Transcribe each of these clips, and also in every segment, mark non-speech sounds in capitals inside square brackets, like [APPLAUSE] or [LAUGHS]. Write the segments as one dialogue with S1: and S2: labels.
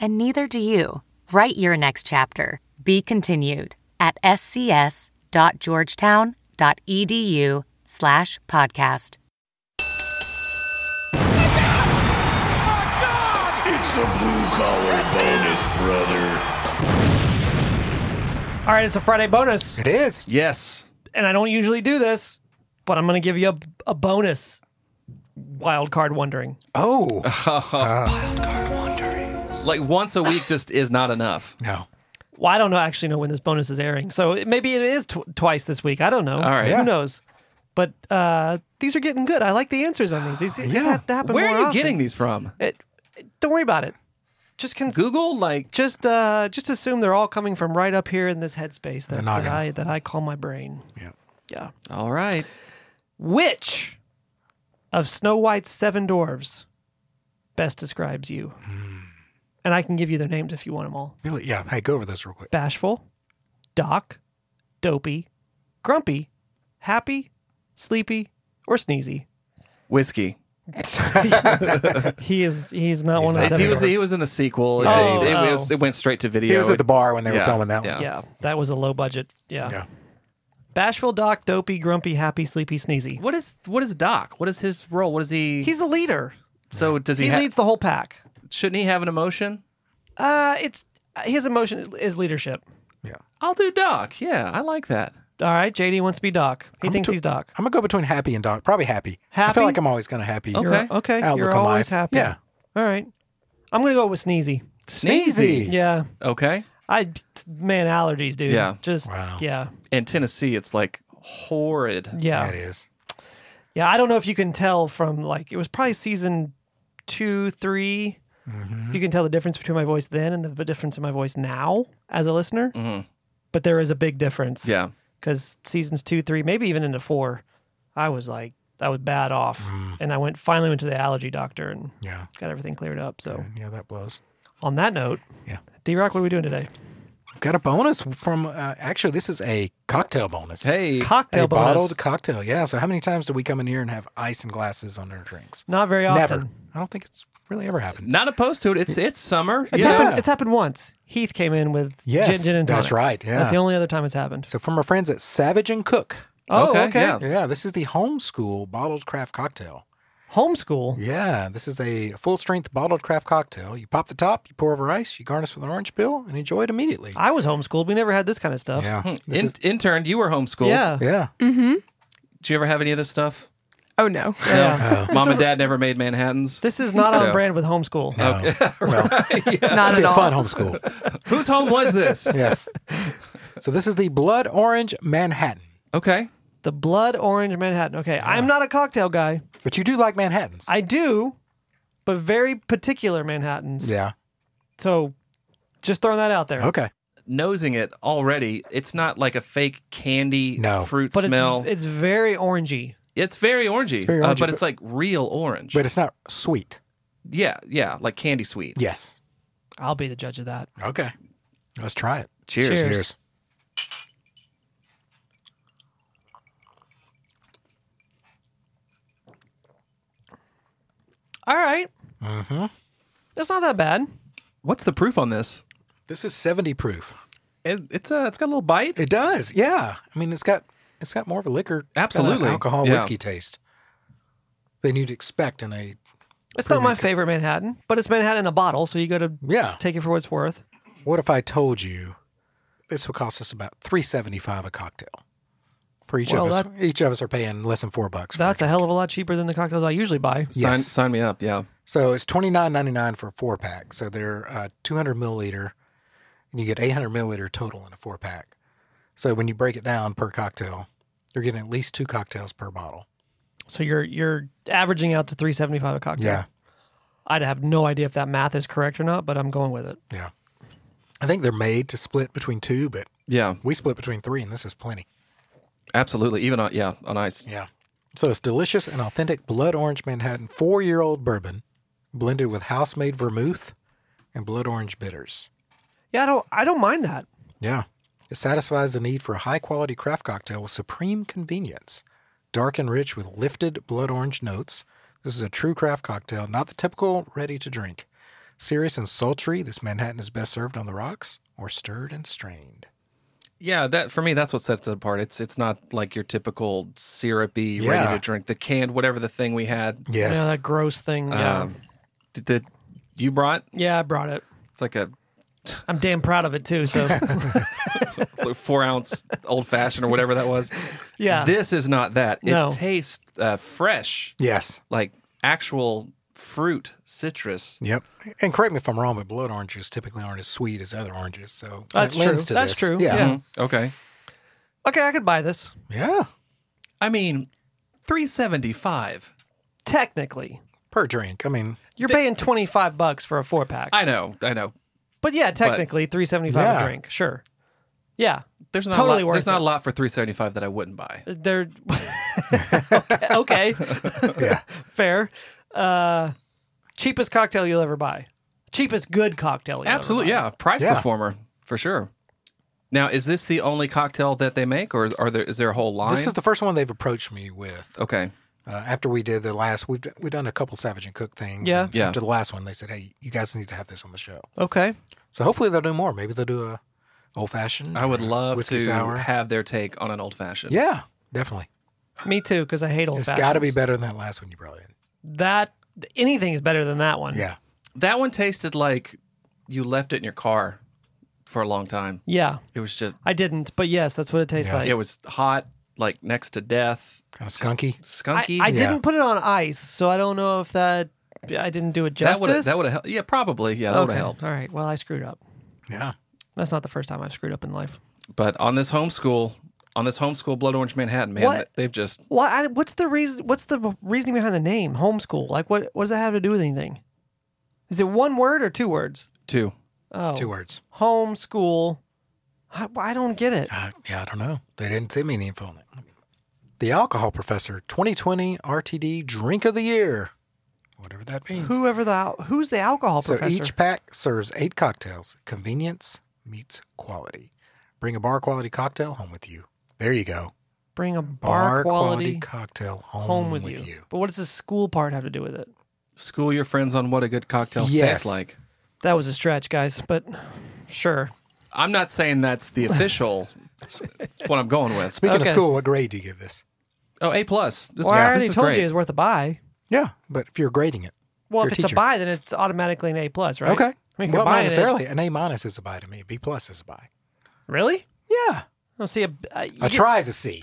S1: and neither do you. Write your next chapter. Be continued at scs.georgetown.edu E slash podcast.
S2: It's a blue collar bonus, brother.
S3: All right, it's a Friday bonus,
S4: It is.
S5: Yes.
S3: and I don't usually do this, but I'm going to give you a, a bonus wild card wondering.
S4: Oh.
S5: Like once a week just is not enough.
S4: No.
S3: Well, I don't know actually know when this bonus is airing, so it, maybe it is tw- twice this week. I don't know. All
S5: right.
S4: Yeah.
S3: who knows? But uh, these are getting good. I like the answers on these. These, these
S4: Yeah.
S3: have to happen.
S5: Where
S3: more
S5: are you
S3: often.
S5: getting these from?
S3: It, don't worry about it. Just cons-
S5: Google? Like,
S3: just uh, just assume they're all coming from right up here in this headspace that, that
S4: noggin.
S3: I that I call my brain. Yeah. Yeah.
S5: all right.
S3: Which of Snow White's seven dwarves best describes you?
S5: Hmm.
S3: And I can give you their names if you want them all
S4: Really? Yeah. Hey, go over this real quick.
S3: Bashful, Doc, Dopey, Grumpy, Happy, Sleepy, or Sneezy.
S5: Whiskey.
S3: He is he's not one
S5: It-
S3: of the
S5: he
S3: seven
S5: was
S3: dwarves.
S5: he was in the sequel. It-
S3: Oh,
S5: it, it
S3: oh.
S5: was- it went straight to video.
S4: He was at the bar when they
S5: Yeah,
S4: were filming that
S5: yeah.
S4: one.
S3: yeah, that was a low budget. Yeah.
S4: Yeah.
S3: Bashful, Doc, Dopey, Grumpy, Happy, Sleepy, Sneezy.
S5: what is what is Doc? What is his role? What is he?
S3: He's the leader.
S5: so does he?
S3: He
S5: ha-
S3: leads the whole pack.
S5: shouldn't he have an emotion?
S3: Uh, it's his emotion is leadership.
S5: I'll do Doc. Yeah, I like that.
S3: All right, JD wants to be Doc. He
S4: I'm
S3: thinks
S4: too-
S3: he's Doc.
S4: I'm going to go between happy and Doc. Probably happy. I
S3: Happy?
S4: feel like I'm always kind of happy.
S5: Okay.
S3: You're, okay.
S4: Outlook
S3: you're
S4: on
S3: always
S4: life.
S3: happy.
S4: Yeah.
S3: All right. I'm gonna go with sneezy.
S5: Sneezy.
S4: Sneezy.
S3: Yeah.
S5: Okay.
S3: I man allergies, dude.
S5: Yeah.
S3: Just
S4: Wow.
S3: yeah.
S5: In Tennessee, it's like horrid.
S3: Yeah.
S4: That is.
S3: Yeah. I don't know if you can tell from like it was probably season two, three.
S4: Mm-hmm.
S3: If you can tell the difference between my voice then and the difference in my voice now as a listener. But there is a big difference.
S5: Mm-hmm. Yeah.
S3: Because seasons two, three, maybe even into four, I was like I was bad off.
S4: Mm.
S3: And I went finally went to the allergy doctor and
S4: Yeah.
S3: got everything cleared up. So
S4: Yeah, that blows.
S3: on that note,
S4: Yeah.
S3: D Rock, what are we doing today?
S4: I've got a bonus from, uh, actually, this is a cocktail bonus.
S5: Hey.
S3: Cocktail
S4: A
S3: bonus.
S4: bottled cocktail. Yeah. So how many times do we come in here and have ice and glasses on our drinks?
S3: Not very often.
S4: Never. I don't think it's really ever happened.
S5: not opposed to it. It's it's summer.
S3: It's
S5: you know?
S3: happened. It's happened once. Heath came in with
S4: Yes,
S3: gin, gin and tonic.
S4: that's right, yeah.
S3: that's the only other time it's happened.
S4: So from our friends at Savage and Cook.
S3: Oh, okay.
S5: Okay, yeah.
S4: Yeah, this is the homeschool bottled craft cocktail.
S3: Homeschool.
S4: Yeah, this is a full strength bottled craft cocktail. You pop the top, you pour over ice, you garnish with an orange peel, and enjoy it immediately.
S3: I was homeschooled. We never had this kind of stuff.
S4: Yeah. This
S5: In,
S4: is-
S5: intern, you were homeschooled.
S3: Yeah.
S4: yeah.
S6: Mm.
S5: Do you ever have any of this stuff?
S6: Oh no.
S5: No. Uh, Mom and dad never made Manhattans.
S3: This is not on
S5: So-
S3: brand with homeschool.
S4: [LAUGHS]
S6: Not
S4: It'll
S6: at
S4: be a
S6: all.
S4: fun homeschool.
S5: Whose home was [LAUGHS] this?
S4: yes. So this is the blood orange Manhattan.
S5: Okay.
S3: The blood orange Manhattan. Okay, I'm not a cocktail guy.
S4: But you do like Manhattans.
S3: I do, but very particular Manhattans.
S4: yeah.
S3: So, just throwing that out there.
S4: Okay.
S5: Nosing it already, it's not like a fake candy
S4: No.
S5: fruit
S3: But
S5: smell. It's,
S3: it's it's very orangey.
S5: very orangey,
S4: very
S5: uh,
S4: orangey,
S5: but
S4: but-
S5: it's like real orange.
S4: But it's not sweet.
S5: yeah, yeah, like candy sweet.
S4: Yes.
S3: I'll be the judge of that.
S4: Okay. Let's try it.
S5: Cheers.
S3: Cheers.
S4: Cheers.
S3: All right. Mm-hmm. That's not that bad.
S5: What's the proof on this?
S4: This is 70 proof.
S5: It, it's a, it's got a little bite.
S4: It does. Yeah. I mean, it's got it's got more of a liquor, kinda
S5: Absolutely.
S4: alcohol
S5: Yeah.
S4: whiskey taste than you'd expect in a
S3: It's not my favorite Manhattan, but it's Manhattan in a bottle, so you got to
S4: yeah.
S3: take it for what it's worth.
S4: What if I told you this will cost us about three seventy five a cocktail for each
S3: Well,
S4: of us? each of us are paying less than four bucks. for
S3: That's
S4: it.
S3: a hell of a lot cheaper than the cocktails I usually buy.
S5: Sign,
S4: Yes.
S5: sign me up. Yeah.
S4: so it's twenty nine ninety nine for a four pack. So they're uh, two hundred milliliter, and you get eight hundred milliliter total in a four pack. So when you break it down per cocktail, you're getting at least two cocktails per bottle.
S3: So you're you're averaging out to 375 a cocktail. I'd have no idea if that math is correct or not, but I'm going with it.
S4: Yeah. I think they're made to split between two, but
S5: Yeah,
S4: we split between three, and this is plenty.
S5: absolutely. Even on yeah on ice.
S4: Yeah. So it's delicious and authentic blood orange Manhattan four year old bourbon blended with house made vermouth and blood orange bitters.
S3: Yeah, I don't I don't mind that.
S4: Yeah. It satisfies the need for a high quality craft cocktail with supreme convenience. Dark and rich with lifted blood orange notes. This is a true craft cocktail, not the typical ready to drink. Serious and sultry, this Manhattan is best served on the rocks or stirred and strained.
S5: Yeah, that for me that's what sets it apart. It's it's not like your typical syrupy ready
S4: Yeah.
S5: to drink the canned whatever the thing we had.
S4: Yes.
S3: Yeah, that gross thing. Yeah.
S5: Um, d- that you brought.
S3: yeah, I brought it.
S5: It's like a
S3: I'm damn proud of it too. So
S5: four ounce old fashioned or whatever that was.
S3: [LAUGHS] yeah.
S5: This is not that. It
S3: No.
S5: tastes uh, fresh,
S4: yes.
S5: like actual fruit, citrus.
S4: Yep. And correct me if I'm wrong, but blood oranges typically aren't as sweet as other oranges. So
S3: That's
S4: it lends
S3: true.
S4: to
S3: That's
S4: this.
S3: true.
S4: Yeah.
S3: Yeah.
S5: Mhm. Okay.
S3: okay, I could buy this.
S4: Yeah.
S5: I mean, three seventy five.
S3: Technically.
S4: Per drink. I mean,
S3: You're paying twenty five bucks for a four pack.
S5: I know. I know.
S3: but yeah, technically three seventy five
S4: Yeah.
S3: a drink. Sure. Yeah.
S5: There's not
S3: Totally
S5: a lot,
S3: worth
S5: there's not
S3: it.
S5: a lot for three seventy five that I wouldn't buy.
S3: They're [LAUGHS] okay.
S4: Yeah.
S3: Fair. Uh cheapest cocktail you'll ever buy. Cheapest good cocktail you'll ever
S5: Absolutely,
S3: buy.
S5: yeah. Price
S4: Yeah.
S5: performer for sure. Now, is this the only cocktail that they make, or is, are there is there a whole line?
S4: this is the first one they've approached me with.
S5: okay.
S4: Uh, after we did the last, we've d- we've done a couple Savage and Cook things.
S3: Yeah.
S4: and
S5: Yeah.
S4: After the last one, they said, "Hey, you guys need to have this on the show."
S3: Okay.
S4: So hopefully they'll do more. Maybe they'll do a old fashioned.
S5: I would love
S4: whiskey
S5: to
S4: sour.
S5: have their take on an old fashioned.
S4: yeah, definitely.
S3: Me too, because I hate old
S4: It's
S3: fashions.
S4: got to be better than that last one you brought in.
S3: That anything's better than that one.
S4: Yeah.
S5: that one tasted like you left it in your car for a long time.
S3: Yeah.
S5: It was just
S3: I didn't, but yes, that's what it tastes
S4: Yes.
S3: like.
S5: it was hot, like next to death,
S4: Kind of skunky.
S5: skunky.
S3: I, I
S4: Yeah.
S3: didn't put it on ice, so I don't know if that I didn't do it
S5: that
S3: justice.
S5: would have that would have helped. Yeah, probably. Yeah, that would
S3: Okay.
S5: have helped.
S3: All right. Well, I screwed up.
S4: Yeah.
S3: That's not the first time I've screwed up in life.
S5: But on this homeschool, on this homeschool Blood Orange Manhattan, man,
S3: What?
S5: they've just
S3: Why? I, what's the reason? What's the reasoning behind the name homeschool? Like, what? What does that have to do with anything? Is it one word or two words?
S5: two.
S3: Oh,
S4: Two words.
S3: Homeschool. I, I don't get it.
S4: Uh, yeah, I don't know. They didn't send me any info on it. The Alcohol Professor 2020 RTD Drink of the Year, whatever that means.
S3: Whoever the al- who's the alcohol
S4: So
S3: professor?
S4: each pack serves eight cocktails. Convenience meets quality. Bring a bar quality cocktail home with you. There you go.
S3: Bring a bar, quality,
S4: cocktail home,
S3: home
S4: with,
S3: with,
S4: you.
S3: But what does the school part have to do with it?
S5: School your friends on what a good cocktail
S4: Yes.
S5: tastes like.
S3: That was a stretch, guys. But sure.
S5: I'm not saying that's the official. [LAUGHS] it's what I'm going with.
S4: Speaking
S3: Okay.
S4: of school, what grade do you give this?
S5: Oh, A plus. This,
S3: Well, I
S5: yeah,
S3: already
S5: this is
S3: told
S5: great.
S3: you it's worth a buy.
S4: Yeah, but if you're grading it,
S3: Well,
S4: Your
S3: if it's a
S4: teacher.
S3: buy, then it's automatically an A plus, right?
S4: okay.
S3: I mean, if you're
S4: well, not
S3: buying
S4: necessarily. An A minus is a buy to me. A B plus is a buy.
S3: It, really?
S4: Yeah,
S3: No, see, a, uh, you
S4: a
S3: get-
S4: try is a C.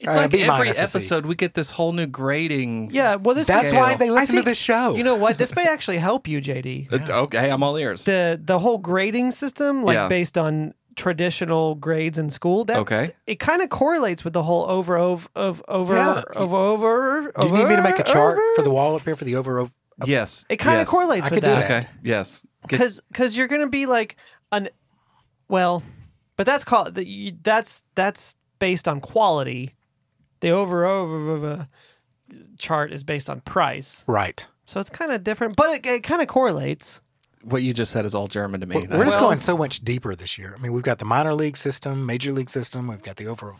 S5: It's
S4: Uh,
S5: like
S4: B
S5: every
S4: minus is a C.
S5: episode we get this whole new grading.
S3: Yeah. Well, this
S4: That's
S3: is,
S4: why they listen
S3: I
S4: to
S3: think-
S4: this show.
S3: You know what? This may actually help you,
S4: [LAUGHS]
S3: JD.
S5: It's, okay, I'm all ears.
S3: The the whole grading system, like
S5: Yeah.
S3: based on traditional grades in school, that
S5: Okay.
S3: it kind of correlates with the whole over over over over
S4: Yeah.
S3: over over.
S4: do you need me to make a chart
S3: over?
S4: for the wall up here for the over? over?
S5: yes.
S3: It kind of
S5: yes.
S3: correlates
S4: I
S3: with
S4: could do
S3: that.
S5: Okay. Yes. Get-
S3: because because you're gonna be like an well but that's called that you- that's that's based on quality the over over over chart is based on price
S4: Right.
S3: so it's kind of different but it, it kind of correlates
S5: what you just said is all German to me.
S4: We're just
S3: Well-
S4: going so much deeper this year. I mean, we've got the minor league system, major league system. We've got the over.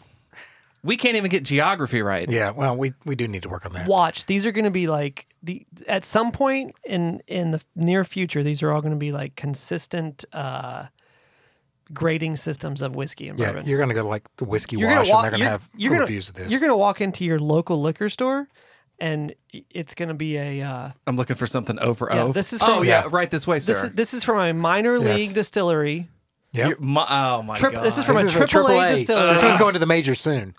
S5: we can't even get geography right.
S4: Yeah, well, we, we do need to work on that.
S3: watch these are gonna be like the at some point in in the near future these are all gonna be like consistent uh grading systems of whiskey and
S4: Yeah,
S3: bourbon
S4: you're going to go to like the whiskey
S3: You're
S4: wash,
S3: walk-
S4: and they're going to
S3: you're-
S4: have
S3: you're gonna-
S4: reviews of this.
S3: You're gonna walk into your local liquor store, and it's gonna be a uh,
S5: I'm looking for something over
S3: Yeah,
S5: over.
S3: this is
S5: oh
S3: from-
S5: yeah,
S4: Yeah.
S5: right this way, sir.
S3: this is this is from a minor
S4: Yes.
S3: league distillery.
S4: Yep.
S5: You're- my- oh my
S3: Trip-
S5: god.
S3: this is from
S4: This
S3: a
S4: is
S3: triple A distillery.
S4: This one's going to the
S3: [LAUGHS]
S4: major soon.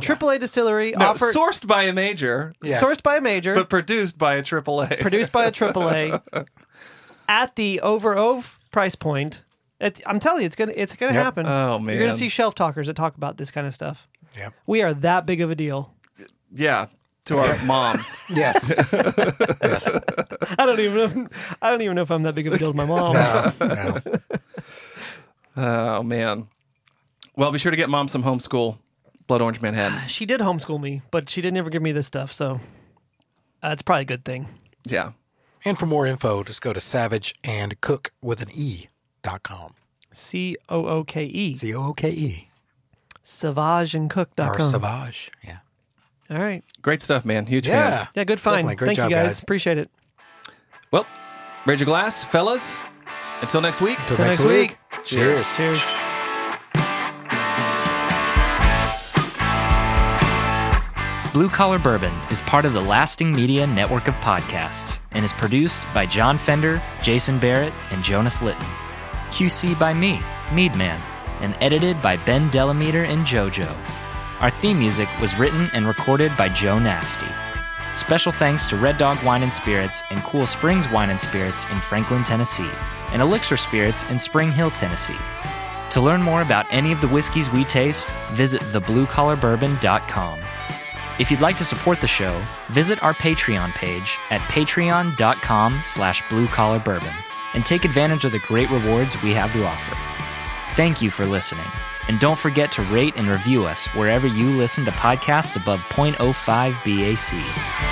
S3: Triple A distillery
S5: No,
S3: offered
S5: sourced by a major,
S4: Yes.
S3: sourced by a major,
S5: but produced by a triple A.
S3: produced by a triple
S4: [LAUGHS]
S3: A at the over ov price point. It, I'm telling you, it's gonna it's gonna
S4: Yep.
S3: happen.
S5: Oh,
S3: you're
S5: man.
S3: gonna see shelf talkers that talk about this kind of stuff.
S4: Yep.
S3: We are that big of a deal.
S5: [LAUGHS] yeah. to our moms.
S4: Yes. yes.
S3: [LAUGHS] I don't even know. If, [LAUGHS] I don't even know if I'm that big of a deal to
S4: [LAUGHS]
S3: my mom.
S4: No, no.
S5: Oh man. Well, be sure to get mom some homeschool blood orange Manhattan.
S3: She did homeschool me, but she didn't ever give me this stuff, so uh, it's probably a good thing.
S5: Yeah.
S4: And for more info, just go to savageandcook with an E dot com.
S3: C O O K E.
S4: C O O K E.
S3: SavageandCook.com.
S4: Or Savage. Yeah.
S3: All right.
S5: Great stuff, man. Huge
S4: Yeah.
S5: fans.
S3: Yeah, good find.
S4: Definitely. Great
S3: Thank
S4: job,
S3: you guys.
S4: guys.
S3: Appreciate it.
S5: Well, raise your glass, fellas. Until next week.
S4: Till
S3: Till
S4: next,
S3: next
S4: week.
S3: week.
S4: Cheers.
S3: Cheers.
S7: Blue Collar Bourbon is part of the Lasting Media network of podcasts and is produced by John Fender, Jason Barrett, and Jonas Litton. QC by me, Meadman, and edited by Ben Delameter and JoJo. Our theme music was written and recorded by Joe Nasty. Special thanks to Red Dog Wine and Spirits and Cool Springs Wine and Spirits in Franklin, Tennessee, and Elixir Spirits in Spring Hill, Tennessee. To learn more about any of the whiskeys we taste, visit thebluecollarbourbon.com. If you'd like to support the show, visit our Patreon page at patreon.com slash bluecollarbourbon and take advantage of the great rewards we have to offer. Thank you for listening, and don't forget oh to rate and review us wherever you listen to podcasts above 0.05 BAC.